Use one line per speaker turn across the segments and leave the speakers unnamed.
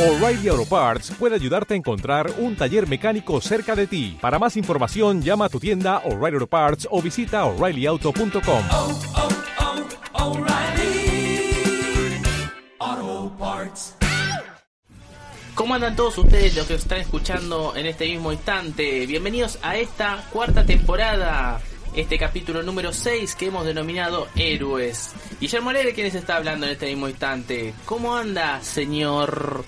O'Reilly Auto Parts puede ayudarte a encontrar un taller mecánico cerca de ti. Para más información, llama a tu tienda O'Reilly Auto Parts o visita oreillyauto.com.
Oh, O'Reilly Auto Parts.
¿Cómo andan todos ustedes los que están escuchando en este mismo instante? Bienvenidos a esta cuarta temporada, este capítulo número 6 que hemos denominado Héroes. Guillermo Alegre, quien les está hablando en este mismo instante. ¿Cómo anda, señor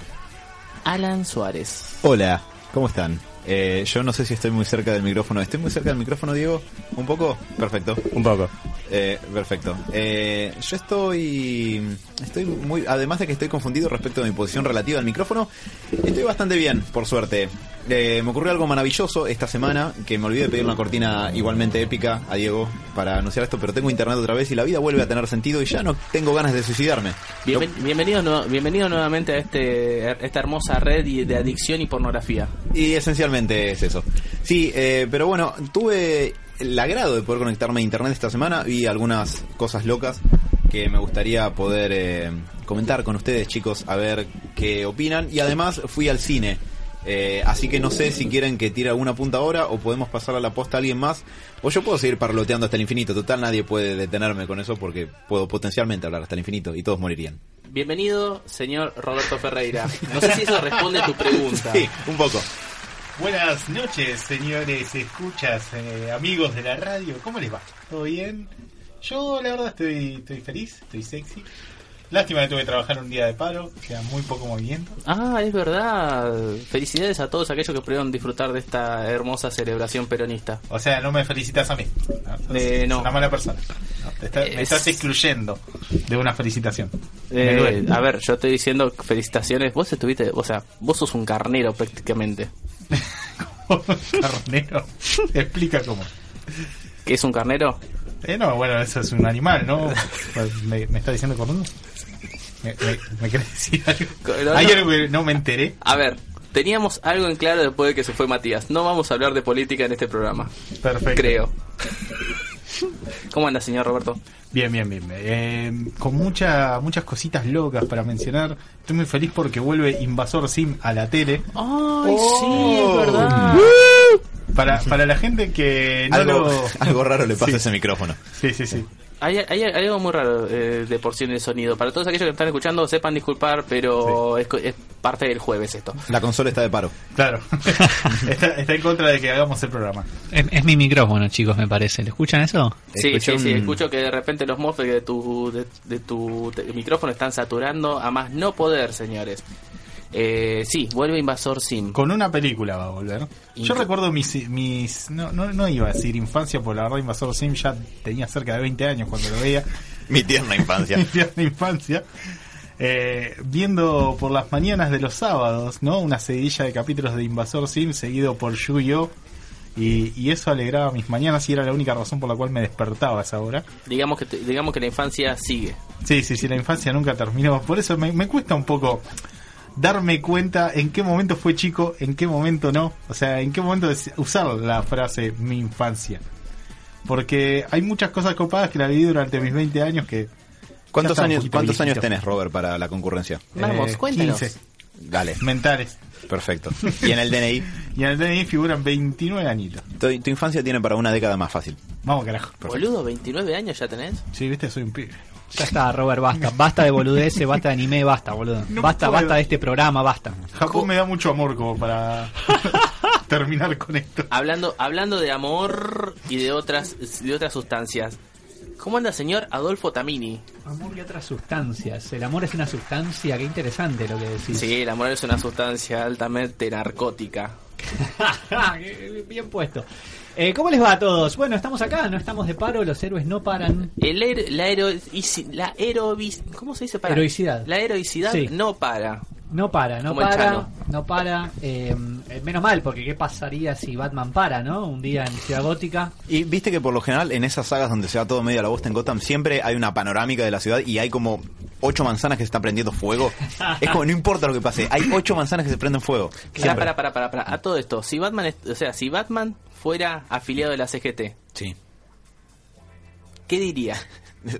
Alan Suárez?
Hola, ¿cómo están? Eh, yo no sé si estoy muy cerca del micrófono. ¿Estoy muy cerca del micrófono, Diego? ¿Un poco? Perfecto.
Un poco.
Eh, perfecto. Eh, yo estoy. Estoy muy. Además de que estoy confundido respecto de mi posición relativa al micrófono, estoy bastante bien, por suerte. Eh, me ocurrió algo maravilloso esta semana que me olvidé de pedir una cortina igualmente épica a Diego para anunciar esto, pero tengo internet otra vez y la vida vuelve a tener sentido y ya no tengo ganas de suicidarme.
Bienven- bienvenidos nue- bienvenido nuevamente a, este, a esta hermosa red y- de adicción y pornografía.
Y esencialmente es eso. Sí, eh, pero bueno, tuve el agrado de poder conectarme a internet esta semana y algunas cosas locas que me gustaría poder eh, comentar con ustedes, chicos, a ver qué opinan. Y además fui al cine. eh, así que no sé si quieren que tire alguna punta ahora o podemos pasar a la posta a alguien más. O yo puedo seguir parloteando hasta el infinito. Total, nadie puede detenerme con eso porque puedo potencialmente hablar hasta el infinito y todos morirían.
Bienvenido, señor Roberto Ferreira. No sé si eso responde a tu pregunta.
Sí, un poco.
Buenas noches, señores, escuchas, eh, amigos de la radio. ¿Cómo les va? ¿Todo bien? Yo, la verdad, estoy, estoy feliz, estoy sexy. Lástima que tuve que trabajar un día de paro, queda muy poco movimiento.
Ah, es verdad. Felicidades a todos aquellos que pudieron disfrutar de esta hermosa celebración peronista.
O sea, no me felicitas a mí. ¿no? Entonces,
Eh, no.
Es una mala persona. ¿no? Te está-
Es-
Me estás excluyendo de una felicitación. Me
Eh,
duele.
a ver, yo estoy diciendo felicitaciones. Vos estuviste, o sea, vos sos un carnero prácticamente.
Carnero. Explica cómo.
¿Qué es un carnero?
Eh, no, bueno, eso es un animal, ¿no? Pues, ¿Me, me está diciendo cornudo? ¿Me, me, me querés decir
No,
algo?
no.
Hay algo que no me enteré.
A ver, teníamos algo en claro después de que se fue Matías. No vamos a hablar de política en este programa,
Perfecto.
creo. ¿Cómo anda, señor Roberto?
Bien, bien, bien. Eh, con mucha, muchas cositas locas para mencionar. Estoy muy feliz porque vuelve Invasor Sim a la tele.
Ay,
Oh.
sí, es verdad.
Para, para la gente que no
Algo,
lo-
algo raro le pasa
Sí.
a ese micrófono.
Sí, sí, sí.
Hay, hay- hay algo muy raro eh, de porción de sonido. Para todos aquellos que están escuchando, sepan disculpar, pero es co- es parte del jueves esto.
La consola está de paro.
Claro. está, está en contra de que hagamos el programa.
Es, es mi micrófono, chicos, me parece. ¿Le escuchan eso?
Sí,
Escuché
sí, sí,
un-
escucho que de repente los mofes de tu, de, de tu te- micrófono están saturando a más no poder, señores. Eh, sí, vuelve Invasor Sim.
Con una película va a volver. Yo
Inc-
recuerdo mis... mis no, no, no iba a decir infancia, porque la verdad Invasor Sim ya tenía cerca de 20 años cuando lo veía.
Mi tierna infancia.
Mi tierna infancia. eh, viendo por las mañanas de los sábados, ¿no? Una seguidilla de capítulos de Invasor Sim seguido por Yu-Gi-Oh! Y, y eso alegraba mis mañanas y era la única razón por la cual me despertaba a esa hora.
Digamos que te- digamos que la infancia sigue.
Sí, sí, sí, la infancia nunca terminó. Por eso me, me cuesta un poco darme cuenta en qué momento fue chico, en qué momento no. O sea, en qué momento des- usar la frase mi infancia. Porque hay muchas cosas copadas que la viví durante mis 20 años que...
¿Cuántos
está, un
años,
poquito
¿cuántos años
viejito.
tenés, Robert, para la concurrencia?
Vamos,
eh,
cuéntanos.
15
Dale,
mentales.
perfecto. Y en el DNI,
Y en el DNI figuran 29 añitos.
tu, tu infancia tiene para una década más fácil.
Vamos, carajo.
Boludo, 29 años ya tenés.
Sí, viste, soy un pibe.
Ya está, Robert, basta. Basta de boludeces, basta de anime, basta, boludo.
No
basta,
puedo.
basta de este programa, basta.
Japón me da mucho amor como para terminar con esto.
Hablando hablando de amor y de otras de otras sustancias. ¿Cómo anda, señor Adolfo Tamini?
Amor y otras sustancias. El amor es una sustancia, qué interesante lo que decís.
Sí, el amor es una sustancia altamente narcótica.
Bien puesto. Eh, ¿Cómo les va a todos? Bueno, estamos acá, no estamos de paro, los héroes no paran.
El her- la, heroici- la heroic- ¿Cómo se dice para?
Heroicidad.
La heroicidad
Sí.
no para.
No para, no
Como el
para,
Chano.
no para. Eh, eh, menos mal, porque qué pasaría si Batman para, ¿no? Un día en Ciudad Gótica.
Y viste que por lo general en esas sagas donde se va todo medio a la bosta en Gotham, siempre hay una panorámica de la ciudad y hay como ocho manzanas que se están prendiendo fuego. Es como, no importa lo que pase, hay ocho manzanas que se prenden fuego.
Pará,
Siempre.
pará, pará, pará, pará. A todo esto, si Batman, es- o sea, si Batman fuera afiliado de la CGT,
Sí.
¿qué diría?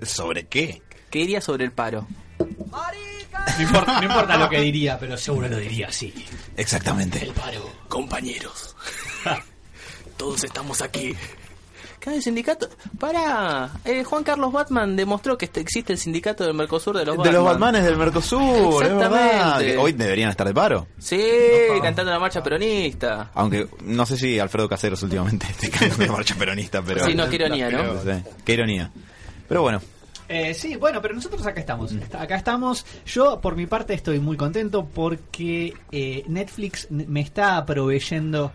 ¿Sobre qué?
¿Qué diría sobre el paro?
No importa, no importa lo que diría, pero seguro lo diría así.
Exactamente.
paro, compañeros. Todos estamos aquí. Cada sindicato. Para. Juan Carlos Batman demostró que este- existe el sindicato del Mercosur de los
De los Batmanes del Mercosur, es verdad.
Exactamente.
Que hoy deberían estar de paro.
Sí, cantando la marcha peronista.
Aunque no sé si Alfredo Caseros últimamente está cantando de marcha peronista, pero.
Sí, no, qué ironía, ¿no?
Sí, qué ironía. Pero bueno,
Eh, sí, bueno, pero nosotros acá estamos. Está- Acá estamos. Yo, por mi parte, estoy muy contento porque eh, Netflix n- me está proveyendo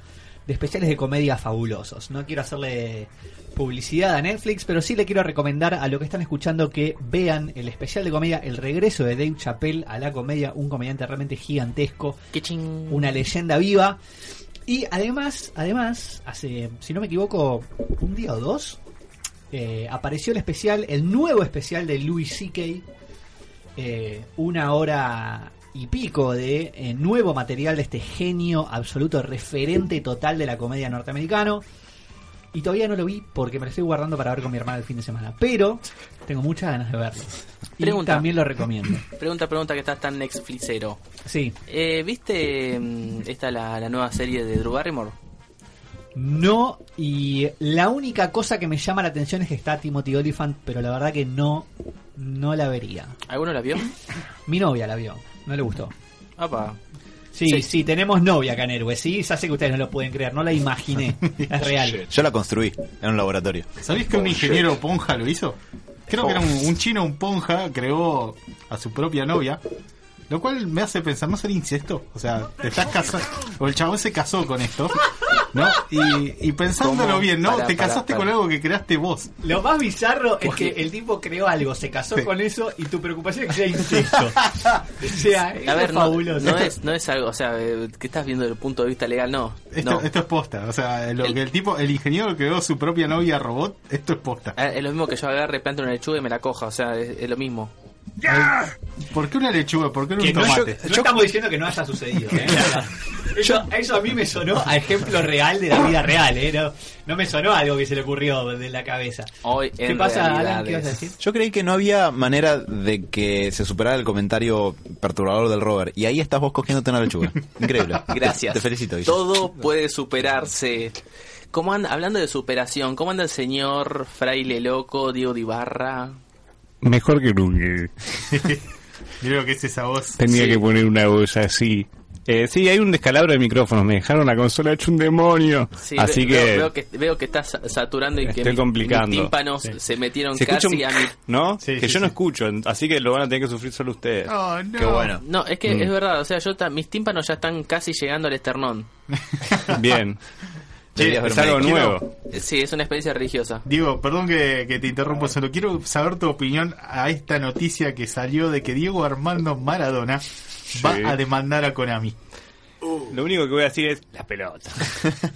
de especiales de comedia fabulosos. No quiero hacerle publicidad a Netflix, pero sí le quiero recomendar a lo que están escuchando que vean el especial de comedia El regreso de Dave Chappelle a la comedia, un comediante realmente gigantesco
Qué ching.
una leyenda viva. Y además, además, hace, si no me equivoco, un día o dos, eh, apareció el especial, el nuevo especial de Louis C.K. eh, una hora y pico de eh, nuevo material de este genio absoluto, referente total de la comedia norteamericano. Y todavía no lo vi porque me lo estoy guardando para ver con mi hermana el fin de semana. Pero tengo muchas ganas de verlo. Y
Pregunta.
también lo recomiendo.
Pregunta, pregunta que estás tan Netflixero.
Sí.
Eh, ¿Viste mm, esta la, la nueva serie de Drew Barrymore?
No, y la única cosa que me llama la atención es que está Timothy Oliphant, pero la verdad que no, no la vería.
¿Alguno la vio?
Mi novia la vio, no le gustó.
Apa.
Sí, sí,
Sí.
tenemos novia acá en Héroes, sí, ya sé que ustedes no lo pueden creer, no la imaginé, es real.
yo la construí en un laboratorio.
¿Sabías que un ingeniero ponja lo hizo? Creo que era un, un chino, un ponja, creó a su propia novia. Lo cual me hace pensar, ¿no será incesto? O sea, te estás casando. O el chabón se casó con esto, ¿no? Y, y pensándolo
¿Cómo?
bien, ¿no?
Pará,
te
pará,
casaste
pará.
con algo que creaste vos.
Lo más bizarro es que el tipo creó algo, se casó
Sí.
con eso y tu preocupación es que sea incesto. o sea, eso
A ver,
es
no,
fabuloso.
no es, no es algo, o sea, eh, que estás viendo desde el punto de vista legal, no.
Esto,
no.
esto es posta. O sea, lo
El-
que el tipo, el ingeniero creó a su propia novia robot, esto es posta.
Ah, Es lo mismo que yo agarre, plante una lechuga y me la coja, o sea, es, es lo mismo.
¿Por qué una lechuga? ¿Por qué no
Que
un
no, yo,
tomate?
no estamos diciendo que no haya sucedido. ¿eh? Eso, eso a mí me sonó a ejemplo real de la vida real. ¿eh? No, no me sonó algo que se le ocurrió de la cabeza.
Hoy
¿Qué
en
pasa, Alan?
realidades.
¿Qué vas a decir?
Yo creí que no había manera de que se superara el comentario perturbador del Robert. Y ahí estás vos cogiéndote una lechuga. Increíble.
Gracias.
Te, te felicito, Guille.
Todo puede superarse. ¿Cómo anda- hablando de superación, ¿cómo anda el señor Fraile Loco, Diego Dibarra?
Mejor que nunca.
Mirá lo que es esa voz.
Tenía
Sí.
que poner una voz así. Eh, sí, hay un descalabro de micrófonos. Me dejaron la consola hecho un demonio.
Sí, ve-
así que,
Veo, veo que, veo que estás sa- saturando y que
Estoy
mis-
complicando.
mis tímpanos
Sí.
se metieron
se
casi
escucha un
a mi...
¿no?
Sí,
que
sí,
yo no
sí.
escucho. en- Así que lo van a tener que sufrir solo ustedes.
Oh, no.
Qué bueno.
No, es
Mm.
que es verdad, o sea, yo ta- mis tímpanos ya están casi llegando al esternón.
Bien.
Deberías
es
ver
algo
médico.
nuevo.
Eh, Sí, es una experiencia religiosa.
Diego, perdón que, que te interrumpo, solo quiero saber tu opinión a esta noticia que salió de que Diego Armando Maradona va a demandar a Konami.
Lo único que voy a decir es la pelota.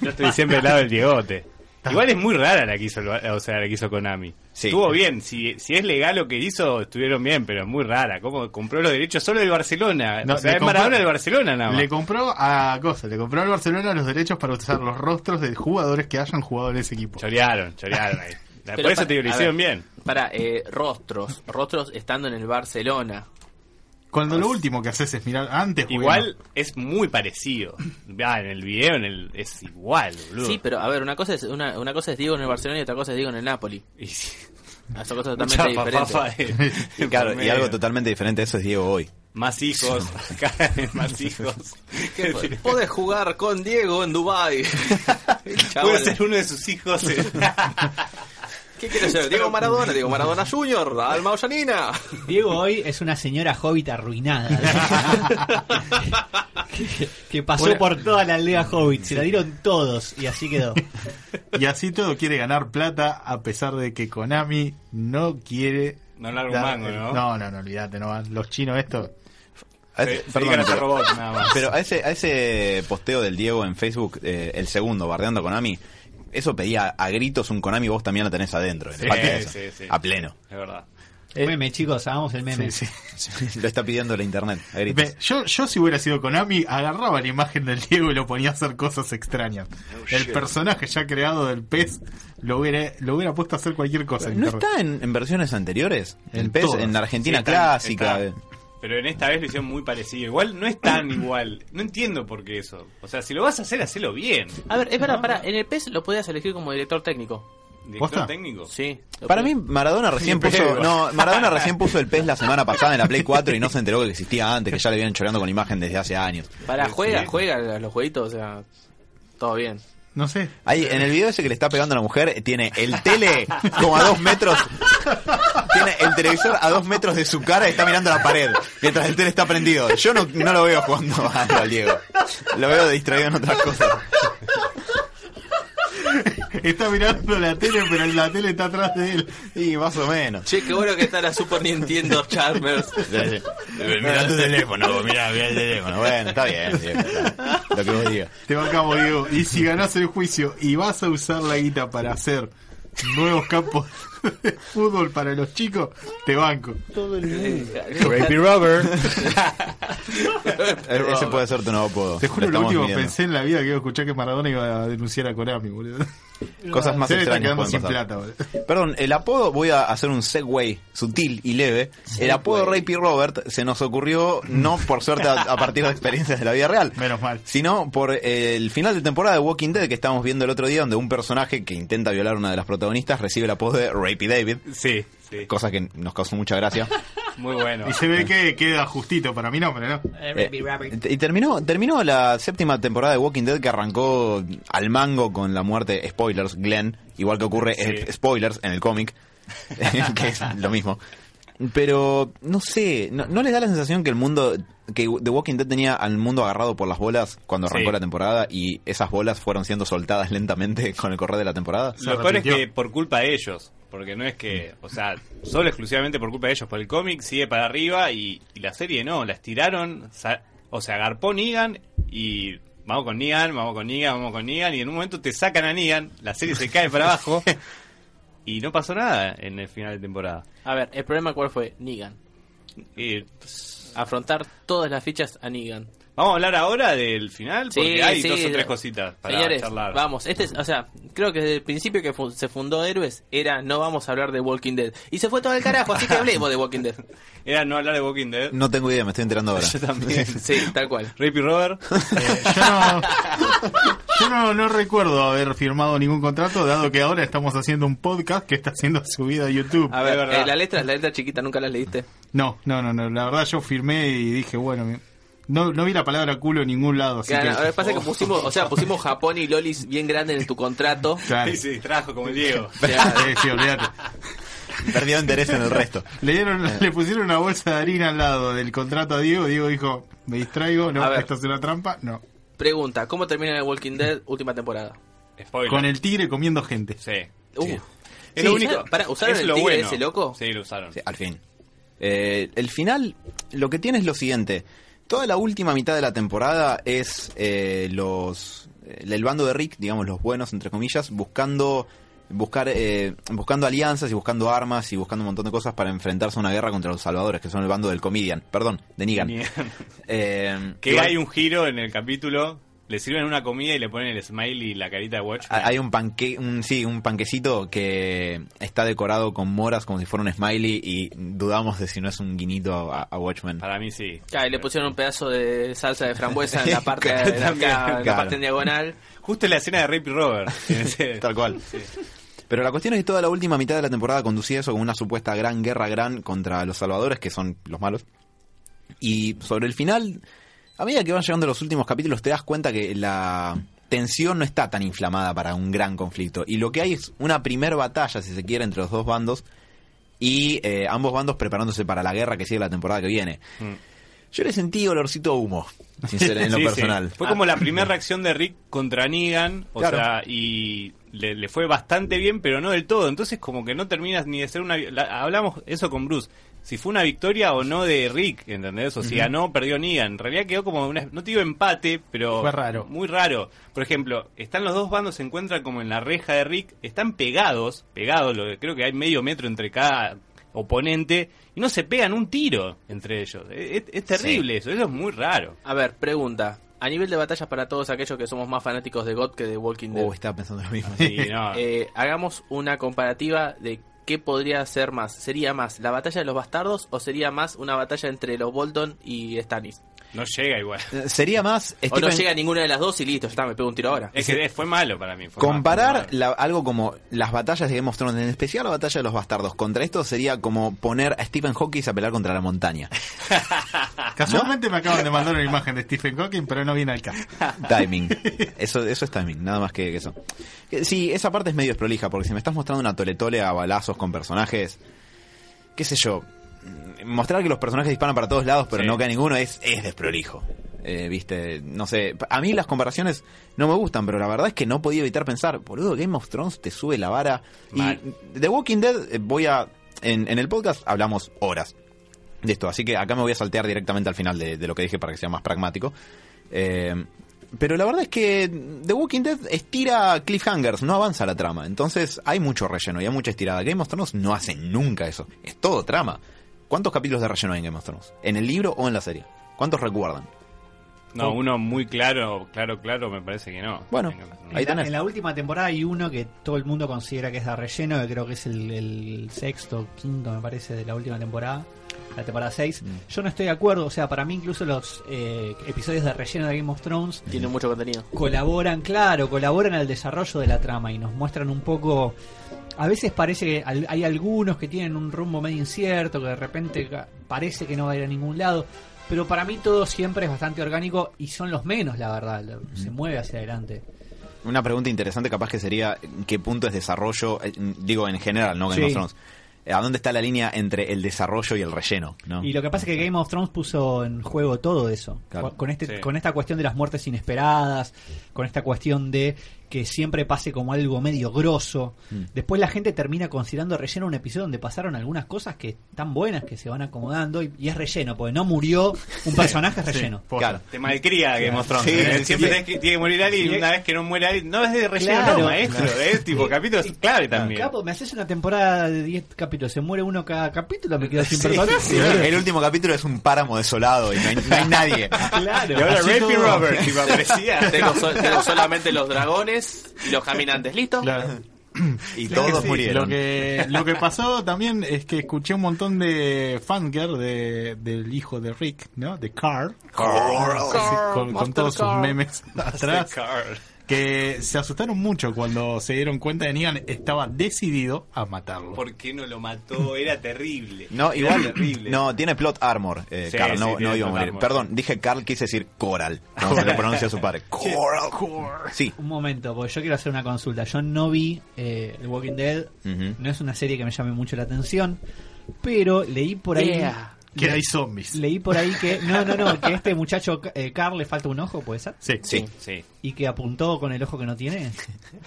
Yo estoy siempre al lado del Diegote. Igual es muy rara la que hizo, el ba- o sea, la que hizo Konami.
Sí.
Estuvo bien, si, si es legal lo que hizo, estuvieron bien, pero es muy rara. ¿Cómo compró los derechos solo del Barcelona?
No,
o sea,
le
es
compró-
Maradona del Barcelona nada más.
Le compró a Cosa, le compró al Barcelona los derechos para usar los rostros de jugadores que hayan jugado en ese equipo.
Chorearon, chorearon ahí.
Pero
Por eso
pa-
te digo, lo
a
hicieron
ver,
bien.
Para, eh, rostros. Rostros estando en el Barcelona.
Cuando lo último que haces es mirar antes. bueno.
Igual es muy parecido. Ah, en el video en el, es igual, boludo.
Sí, pero a ver, una cosa es una, una cosa es Diego en el Barcelona y otra cosa es Diego en el Napoli.
Y sí,
Ah, Son cosas
mucha
totalmente diferentes.
papafa de-
Y claro, y
promedio.
algo totalmente diferente a eso es Diego hoy.
Más hijos, cada vez más hijos.
¿Qué fue? Podés jugar con Diego en Dubai.
Puede ser uno de sus hijos. eh.
¿Qué quieres ser? Diego Maradona, Diego Maradona Junior, Alma Ollanina.
Diego hoy es una señora hobbit arruinada. que, que pasó
Bueno.
por toda la aldea hobbit, se la dieron todos y así quedó.
Y así todo quiere ganar plata a pesar de que Konami no quiere...
No larga un
dar-
mango, ¿no?
No, no, no, olvídate, no van. Los chinos estos...
A
Se-
ese-
se
perdón,
dedican a hacer
pero,
robots, nada más.
pero a ese, a ese posteo del Diego en Facebook, eh, el segundo, bardeando a Konami, eso pedía a gritos un Konami, vos también la tenés adentro. en el
Sí,
patio de eso,
sí, sí.
A pleno.
Es verdad.
meme, chicos, hagamos el meme.
Eh, Sí, sí.
Lo está pidiendo la internet, a gritos.
Ve, yo, yo si hubiera sido Konami, agarraba la imagen del Diego y lo ponía a hacer cosas extrañas. El personaje ya creado del pez lo hubiera, lo hubiera puesto a hacer cualquier cosa. en
¿No
internet.
está en, en versiones anteriores? El
En
pez
todas.
en la Argentina
Sí, está-
clásica. Eh,
está. Pero en esta vez lo hicieron muy parecido. Igual no es tan igual. No entiendo por qué eso. O sea, si lo vas a hacer, hacelo bien.
A ver, es verdad, para, en el PES lo podías elegir como director técnico.
Director
¿Posta?
técnico.
Sí. lo
Para mí
podías-
Maradona recién
E
Ni
puso
pedo.
no, Maradona recién puso el PES la semana pasada en la Play 4 y no se enteró que existía antes, que ya le vienen choreando con imagen desde hace años.
Para, juega,
Sí.
juega a los jueguitos, o sea, todo bien.
No sé.
Ahí, en el video ese que le está pegando a la mujer, tiene el tele como a dos metros. Tiene el televisor a dos metros de su cara y está mirando la pared. Mientras el tele está prendido. Yo no, no lo veo jugando a- al Diego. Lo veo distraído en otras cosas.
Está mirando la tele, pero la tele está atrás de él.
Y más o menos.
Che, qué bueno que está la Super Nintendo Charmers.
Mira tu teléfono, mira, mira el teléfono. Bueno, está bien, Diego, está bien. Lo que vos digas.
Te bancamos, Diego. Y si ganás el juicio y vas a usar la guita para hacer nuevos campos de fútbol para los chicos, te banco.
Baby Robert.
Ese puede ser tu nuevo apodo.
Eh, Te juro, lo,
estamos
último que
midiendo.
pensé en la vida que iba a escuchar que Maradona iba a denunciar a Konami, boludo.
Cosas más
Se le está
extrañas.
quedando
pueden
sin
pasar.
plata, boludo.
Perdón, el apodo, voy a hacer un segue sutil y leve. El apodo Ray P. Robert se nos ocurrió no por suerte a, a partir de experiencias de la vida real.
Menos mal.
Sino por eh, el final de temporada de Walking Dead que estábamos viendo el otro día, donde un personaje que intenta violar a una de las protagonistas recibe el apodo de Ray P. David,
Sí, sí.
cosa que nos causó mucha gracia.
Muy bueno.
Y se ve que queda justito para mi nombre, ¿no?
Eh, y terminó, terminó la séptima temporada de Walking Dead que arrancó al mango con la muerte, spoilers, Glenn, igual que ocurre eh, spoilers en el cómic, que es lo mismo. Pero no sé, no, ¿no les da la sensación que el mundo, que The Walking Dead tenía al mundo agarrado por las bolas cuando arrancó
Sí.
la temporada y esas bolas fueron siendo soltadas lentamente con el correr de la temporada?
Lo peor es que por culpa de ellos. Porque no es que, o sea, solo exclusivamente por culpa de ellos. Por el cómic sigue para arriba y, y la serie no. La estiraron. sa- O sea, agarpó Negan y vamos con Negan, vamos con Negan, vamos con Negan. Y en un momento te sacan a Negan. La serie se cae para abajo. Y no pasó nada en el final de temporada.
A ver, el problema cuál fue, Negan.
Y, pues,
Afrontar todas las fichas a Negan.
vamos a hablar ahora del final. Porque hay dos o tres cositas para
Señores,
charlar.
Vamos, este es, o sea, creo que desde el principio que fu- se fundó Héroes era no vamos a hablar de Walking Dead. Y se fue todo al carajo, así que hablemos de Walking Dead.
Era no hablar de Walking Dead.
No tengo idea, me estoy enterando ahora.
Yo también.
Sí, tal cual.
Rapey Robert.
Eh, yo no, yo no, no recuerdo haber firmado ningún contrato, dado que ahora estamos haciendo un podcast que está siendo subido a YouTube.
A
Es
ver,
verdad.
eh, la letra, la letra chiquita nunca la leíste.
No, no, no, no. La verdad yo firmé y dije, bueno, me- no, no vi la palabra culo en ningún lado. Así
Claro,
que,
a ver, pasa que pusimos, o sea, pusimos Japón y Lolis bien grande en tu contrato.
Claro.
Y se distrajo como el Diego.
O sea,
Eh, sí, olvídate.
Perdió interés en el resto.
Le, dieron, le pusieron una bolsa de harina al lado del contrato a Diego. Diego dijo, me distraigo,
A
no,
ver.
esto es una trampa. No.
pregunta, ¿cómo termina el Walking Dead última temporada?
Spoiler.
Con el tigre comiendo gente.
Sí.
Uh, Sí,
Es lo único.
¿sabe? Pará, ¿usaron
es
el
lo
tigre
bueno.
ese loco?
Sí, lo usaron.
Sí, al fin. Eh, el final, lo que tiene es lo siguiente. Toda la última mitad de la temporada es eh, los eh, el, el bando de Rick, digamos los buenos entre comillas, buscando buscar eh, buscando alianzas y buscando armas y buscando un montón de cosas para enfrentarse a una guerra contra los salvadores, que son el bando del comedian, perdón, de Negan. Eh,
Que
igual-
hay un giro en el capítulo. Le sirven una comida y le ponen el smiley y la carita de Watch.
Ah, Hay un panque, un, sí, un panquecito que está decorado con moras como si fuera un smiley y dudamos de si no es un guinito a, a Watchmen.
Para mí sí.
Claro, y le pusieron un pedazo de salsa de frambuesa en la parte, de acá,
También,
en la
claro.
parte en diagonal.
Justo en la escena de Rapey Robert. en ese-
Tal cual. Pero la cuestión es que toda la última mitad de la temporada conducía eso como una supuesta gran guerra gran contra los salvadores, que son los malos. Y sobre el final, a medida que van llegando los últimos capítulos, te das cuenta que la tensión no está tan inflamada para un gran conflicto. Y lo que hay es una primer batalla, si se quiere, entre los dos bandos. Y eh, ambos bandos preparándose para la guerra que sigue la temporada que viene. Yo le sentí olorcito a humo, sinceramente, en lo
Sí, sí.
personal.
Fue como la primera reacción de Rick contra Negan. O
Claro.
sea, y le, le fue bastante bien, pero no del todo. Entonces, como que no terminas ni de ser una. vi- la- hablamos eso con Bruce. Si fue una victoria o no de Rick, ¿entendés? O sea, no perdió Negan. En realidad quedó como una. No te digo empate, pero.
Fue raro.
Muy raro. Por ejemplo, están los dos bandos, se encuentran como en la reja de Rick. Están pegados, pegados, lo que- creo que hay medio metro entre cada oponente. Y no se pegan un tiro entre ellos. Es, es- es terrible eso, eso es muy raro.
A ver, pregunta. A nivel de batallas para todos aquellos que somos más
Ah,
fanáticos de God que de Walking Dead,
Eh,
Oh, estaba pensando lo mismo.
Sí, no.
eh, hagamos una comparativa de ¿qué podría ser más? ¿Sería más la batalla de los bastardos o sería más una batalla entre los Bolton y Stannis?
No llega igual.
Eh, Sería más.
O no
Stephen-
llega ninguna de las dos y listo, ya está, me pego un tiro ahora.
Es que fue malo para mí. fue malo,
Comparar
fue malo.
la- algo como las batallas de Game of Thrones, en especial la batalla de los bastardos, contra esto sería como poner a Stephen Hawking a pelear contra la montaña.
Ah,
Casualmente me acaban de mandar una imagen de Stephen Hawking, pero no viene al caso.
Timing. Eso, eso es timing, nada más que que eso. Que Sí, esa parte es medio prolija, porque si me estás mostrando una toletole a balazos con personajes, qué sé yo, mm, mostrar que los personajes disparan para todos lados, pero
Sí.
no cae ninguno, es, es desprolijo. Eh, Viste, no sé, a mí las comparaciones no me gustan, pero la verdad es que no podía evitar pensar, boludo, Game of Thrones te sube la vara.
Mal.
Y The Walking Dead, eh, voy a... En, en el podcast hablamos horas de esto. Así que acá me voy a saltear directamente al final de, de lo que dije para que sea más pragmático. Eh, pero la verdad es que The Walking Dead estira cliffhangers, no avanza la trama. Entonces hay mucho relleno y hay mucha estirada. Game of Thrones no hace nunca eso. Es todo trama. ¿Cuántos capítulos de relleno hay en Game of Thrones? ¿En el libro o en la serie? ¿Cuántos recuerdan?
No, uno muy claro, claro, claro, me parece que no.
Bueno,
Venga,
ahí
en, la,
tenés.
en la última temporada hay uno que todo el mundo considera que es de relleno, que creo que es el, el sexto, quinto, me parece, de la última temporada, la temporada
Mm.
6. Yo no estoy de acuerdo, o sea, para mí incluso los eh, episodios de relleno de Game of Thrones
Tiene mucho contenido.
colaboran, claro, colaboran al desarrollo de la trama y nos muestran un poco... A veces parece que al- hay algunos que tienen un rumbo medio incierto, que de repente ca- parece que no va a ir a ningún lado, pero para mí todo siempre es bastante orgánico y son los menos, la verdad, se
Mm.
mueve hacia adelante.
Una pregunta interesante capaz que sería ¿qué punto es desarrollo? Eh, digo en general, no Game
Sí.
of Thrones. Eh, ¿A dónde está la línea entre el desarrollo y el relleno? ¿no?
Y lo que pasa es que Game of Thrones puso en juego todo eso.
Claro.
Con- Con, este,
Sí.
con esta cuestión de las muertes inesperadas, con esta cuestión de que siempre pase como algo medio grosso. Después la gente termina considerando relleno un episodio donde pasaron algunas cosas que están buenas, que se van acomodando y, y es relleno, porque no murió un personaje es relleno.
Posta.
Claro.
Te malcría Game of Thrones.
Sí,
¿eh?
sí,
Siempre
sí.
tenés que- tiene que morir alguien.
Y-
Una vez que no muere alguien, no es de relleno,
Claro.
no, maestro. Es tipo capítulos clave también.
Capo, me haces una temporada de 10 capítulos, se muere uno cada capítulo, me quedo sin personaje.
Sí, el último capítulo es un páramo desolado y no hay, no hay nadie.
Y
Claro.
ahora
Así
Rapey
todo.
Robert, tipo, aparecía.
Tengo, sol- tengo solamente los dragones y los caminantes, ¿listo?
Claro.
Y
Claro que
todos
sí.
murieron.
Lo que, lo que pasó también es que escuché un montón de fangirl de, del hijo de Rick, ¿no? De Carl. Sí, con, con todos sus memes atrás.
Carl.
Que se asustaron mucho cuando se dieron cuenta de Negan estaba decidido a matarlo.
¿Por qué no lo mató? Era terrible.
No,
Era
igual.
terrible.
No, tiene plot armor, eh,
Sí,
Carl.
sí,
No,
tiene
no iba a
plot
morir.
armor.
Perdón, dije Carl, quise decir Coral. Como se le pronuncia a su padre. Coral. Sí.
Un momento, porque yo quiero hacer una consulta. Yo no vi eh, The Walking Dead,
Ujú.
no es una serie que me llame mucho la atención, pero leí por ahí.
Yeah.
Que hay zombies.
Leí por ahí que. No, no, no, que este muchacho eh, Carl le falta un ojo, ¿puede ser?
Sí.
Sí.
Sí.
Y que apuntó con el ojo que no tiene.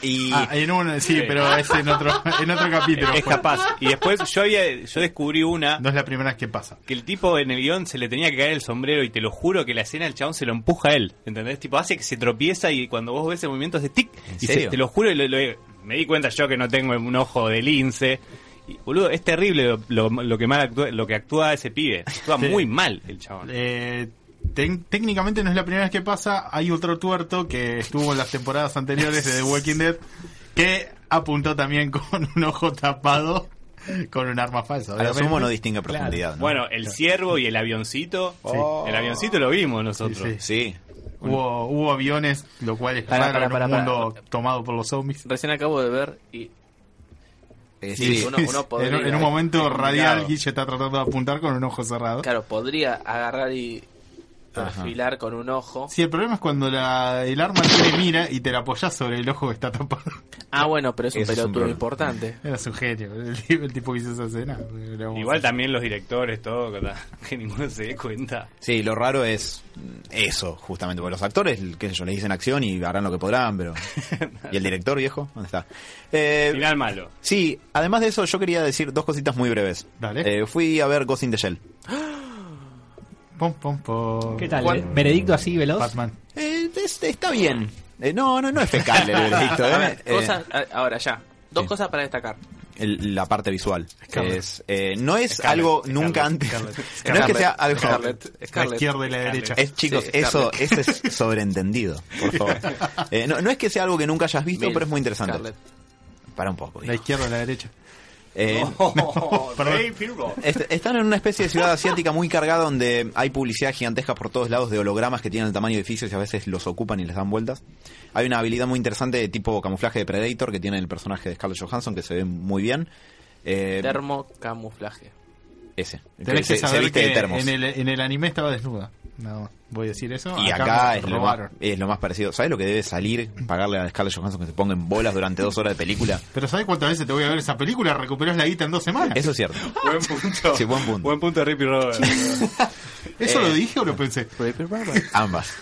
Y.
Ah, en un, sí, pero es en otro, en otro capítulo.
Es
fue.
capaz. Y después yo había, yo descubrí una
No es la primera vez que pasa.
que el tipo en el guión se le tenía que caer el sombrero y te lo juro que la escena el chabón se lo empuja a él. ¿Entendés? Tipo, hace que se tropieza y cuando vos ves el movimiento hace tic. Y se-
serio?
te lo juro y lo- lo- me di cuenta yo que no tengo un ojo de lince. Y, boludo, es terrible lo, lo- lo que mal actúa, lo que actúa ese pibe. Actúa
Sí.
muy mal el chabón.
Eh, tec- técnicamente no es la primera vez que pasa. Hay otro tuerto que estuvo en las temporadas anteriores de The Walking Dead que apuntó también con un ojo tapado con un arma falsa.
A lo
obviamente.
sumo no distingue profundidad. ¿no?
Bueno, el ciervo y el avioncito.
Sí.
El avioncito lo vimos nosotros.
Oh. Sí, sí.
Sí.
Hubo, hubo aviones, lo cual es
Pará,
raro
pará,
en
pará,
un
pará.
mundo tomado por los zombies.
Recién acabo de ver y
Eh,
Sí,
sí.
uno- uno podría-
en, en un momento
complicado.
radial, Guille está tratando de apuntar con un ojo cerrado.
Claro, podría agarrar y perfilar con un ojo.
Sí, el problema es cuando la, el arma te mira y te la apoyas sobre el ojo que está tapado.
Ah, bueno, pero es un
Ese es un
pelotudo
problema.
importante.
Era su genio, el, tipo- el tipo que hizo esa escena. Le vamos
Igual
a-
también los directores, todo, que la- que ninguno se dé cuenta.
Sí, lo raro es mm, eso, justamente. Porque los actores, qué sé yo, les dicen acción y harán lo que podrán, pero. ¿Y el director, viejo? ¿Dónde está? Eh,
Final malo.
Sí, además de eso, yo quería decir dos cositas muy breves.
Dale.
Eh, fui a ver Ghost in the Shell.
Pom, pom, pom.
¿Qué tal?
¿Cuál?
eh? ¿Veredicto así veloz?
Batman.
Eh, es- está bien. Eh, no, no, no es fecal el veredicto,
A
¿eh?
ver,
Eh,
cosas, a- ahora ya. Dos
sí.
cosas para destacar.
el- la parte visual.
Scarlett.
Es, eh, no es
Scarlett,
algo
Scarlett,
nunca antes.
Scarlett,
no es que
Scarlett,
sea algo.
Scarlett.
La
Scarlett.
izquierda y la
Scarlett.
derecha.
Es, chicos,
Sí,
eso,
Scarlett.
eso es sobreentendido, por favor. Eh, no, no es que sea algo que nunca hayas visto,
Mil.
pero es muy interesante.
Scarlett.
Para un poco.
La
viejo.
izquierda y la derecha.
Eh,
Oh,
Perdón.
Dave Pirro.
Est- Este, están en una especie de ciudad asiática muy cargada donde hay publicidad gigantesca por todos lados de hologramas que tienen el tamaño de edificios y a veces los ocupan y les dan vueltas. Hay una habilidad muy interesante de tipo camuflaje de Predator que tiene el personaje de Scarlett Johansson que se ve muy bien. Eh,
Termocamuflaje.
ese. el
Tenés
se-
que
se
saber
viste de
que
termos.
en el, en el anime estaba desnuda. No, voy a decir eso.
Y
me
acá es lo, más,
robaron.
es lo más parecido. ¿Sabes lo que debe salir? Pagarle a Scarlett Johansson que se ponga en bolas durante dos horas de película.
Pero ¿sabes cuántas veces te voy a ver esa película? Recuperás la guita en dos semanas.
Eso es cierto.
Buen punto.
Sí, buen punto.
Buen punto de Rippy Robert.
¿Eso
Eh.
lo dije o lo pensé?
Ambas.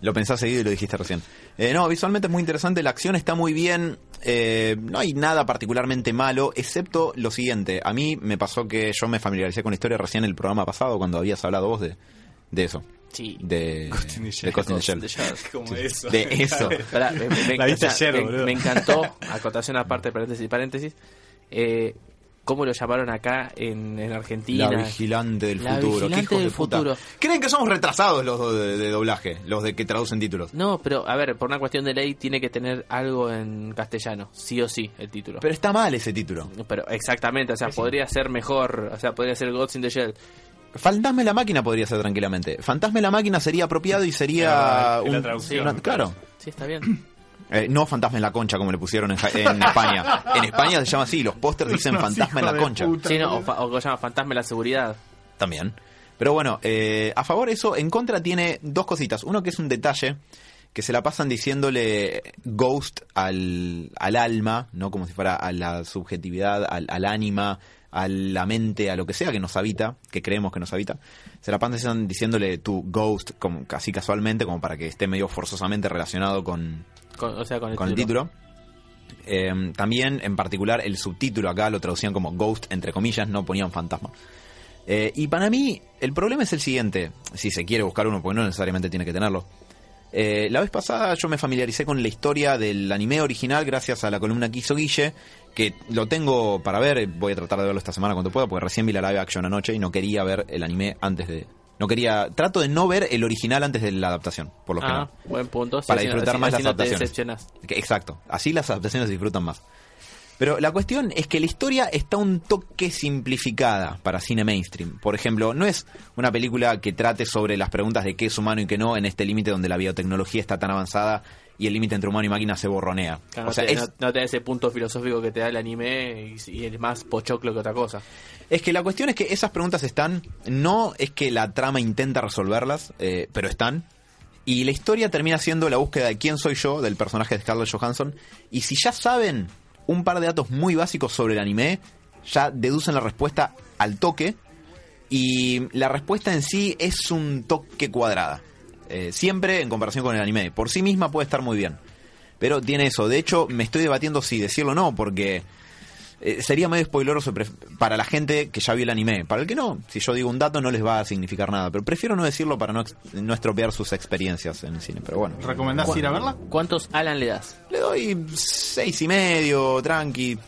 Lo pensás seguido y lo dijiste recién. Eh, no, visualmente es muy interesante, la acción está muy bien, eh, no hay nada particularmente malo, excepto lo siguiente. A mí me pasó que yo me familiaricé con la historia recién en el programa pasado, cuando habías hablado vos de, de eso.
Sí.
De
Ghost in the Shell.
de Ghost in the Shell.
De Shell.
Como eso.
De eso.
Pará, me, me-
La viste
o sea,
ayer,
me-
boludo.
me encantó, acotación aparte, paréntesis, paréntesis, eh, cómo lo llamaron acá en, en Argentina.
La vigilante del
La
futuro.
vigilante
¿Qué hijos de
del
puta?
futuro.
Creen que somos retrasados los do- de, de doblaje, los de que traducen títulos.
No, pero a ver, por una cuestión de ley tiene que tener algo en castellano, sí o sí, el título.
Pero está mal ese título.
Pero exactamente, o sea, podría ser mejor, o sea, podría ser Gods in the Shell.
Fantasma de la máquina podría ser tranquilamente. Fantasma de la máquina sería apropiado y sería.
Es la traducción,
una-
me
claro.
Sí, está bien.
Eh, no Fantasma en la Concha, como le pusieron en, Ja- en España. En España se llama así, los pósters dicen
Unos
Fantasma en la
hijos de
Concha.
puta.
Sí, no, o, fa- o lo llama Fantasma de la Seguridad.
También. Pero bueno, eh, a favor eso, en contra tiene dos cositas. Uno que es un detalle, que se la pasan diciéndole ghost al, al alma, ¿no? Como si fuera a la subjetividad, al, al ánima, a la mente, a lo que sea que nos habita, que creemos que nos habita. Se la pasan diciéndole tu ghost, como, casi casualmente, como para que esté medio forzosamente relacionado con,
Con, o sea, con el
con el
título.
título. Eh, también, en particular, el subtítulo acá lo traducían como Ghost, entre comillas, no ponían fantasma. Eh, y para mí, el problema es el siguiente, si se quiere buscar uno, porque no necesariamente tiene que tenerlo. Eh, la vez pasada yo me familiaricé con la historia del anime original gracias a la columna que hizo Guille, que lo tengo para ver, voy a tratar de verlo esta semana cuando pueda, porque recién vi la live action anoche y no quería ver el anime antes de... No quería... Trato de no ver el original antes de la adaptación, por lo
Ah,
general.
buen punto. Sí,
Para
así no-
disfrutar
así- así
más las
no te
adaptaciones.
decepcionas.
Que- Exacto, así las adaptaciones se disfrutan más. Pero la cuestión es que la historia está un toque simplificada para cine mainstream. Por ejemplo, no es una película que trate sobre las preguntas de qué es humano y qué no en este límite donde la biotecnología está tan avanzada y el límite entre humano y máquina se borronea.
Claro,
o sea,
no, te,
es,
no- no te da ese punto filosófico que te da el anime y, y es más pochoclo que otra cosa.
es que la cuestión es que esas preguntas están, no es que la trama intenta resolverlas, eh, pero están. Y la historia termina siendo la búsqueda de quién soy yo, del personaje de Scarlett Johansson. Y si ya saben un par de datos muy básicos sobre el anime, ya deducen la respuesta al toque. Y la respuesta en sí es un toque cuadrada. Eh, siempre en comparación con el anime. Por sí misma puede estar muy bien. Pero tiene eso. De hecho, me estoy debatiendo si decirlo o no, porque eh, sería medio spoileroso pref- para la gente que ya vio el anime. Para el que no, si yo digo un dato no les va a significar nada. Pero prefiero no decirlo para no, ex- no estropear sus experiencias en el cine. Pero bueno.
¿Recomendás ir a verla?
¿Cuántos Alan le das?
Le doy seis y medio, tranqui.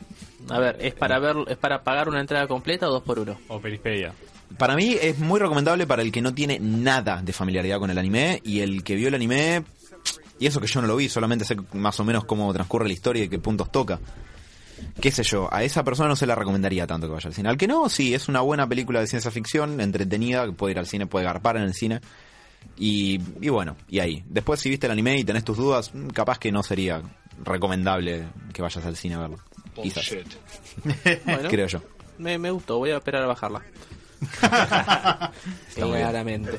A ver, ¿es para ver, es para pagar una entrada completa o dos por uno?
O Perispedia.
Para mí es muy recomendable para el que no tiene nada de familiaridad con el anime y el que vio el anime y eso que yo no lo vi, solamente sé más o menos cómo transcurre la historia y qué puntos toca. Qué sé yo, a esa persona no se la recomendaría tanto que vaya al cine. Al que no, sí, es una buena película de ciencia ficción, entretenida, que puede ir al cine, puede garpar en el cine. Y, y bueno, y ahí. Después si viste el anime y tenés tus dudas, mm, capaz que no sería recomendable que vayas al cine a verlo. Quizás,
Bueno,
creo yo.
me, me gustó, voy a esperar a bajarla. Eh, Claramente.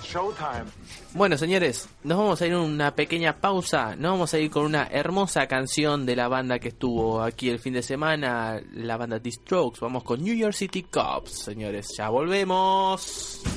Bueno, señores, nos vamos a ir a una pequeña pausa. Nos vamos a ir con una hermosa canción de la banda que estuvo aquí el fin de semana, la banda The Strokes. Vamos con New York City Cops, señores. Ya volvemos.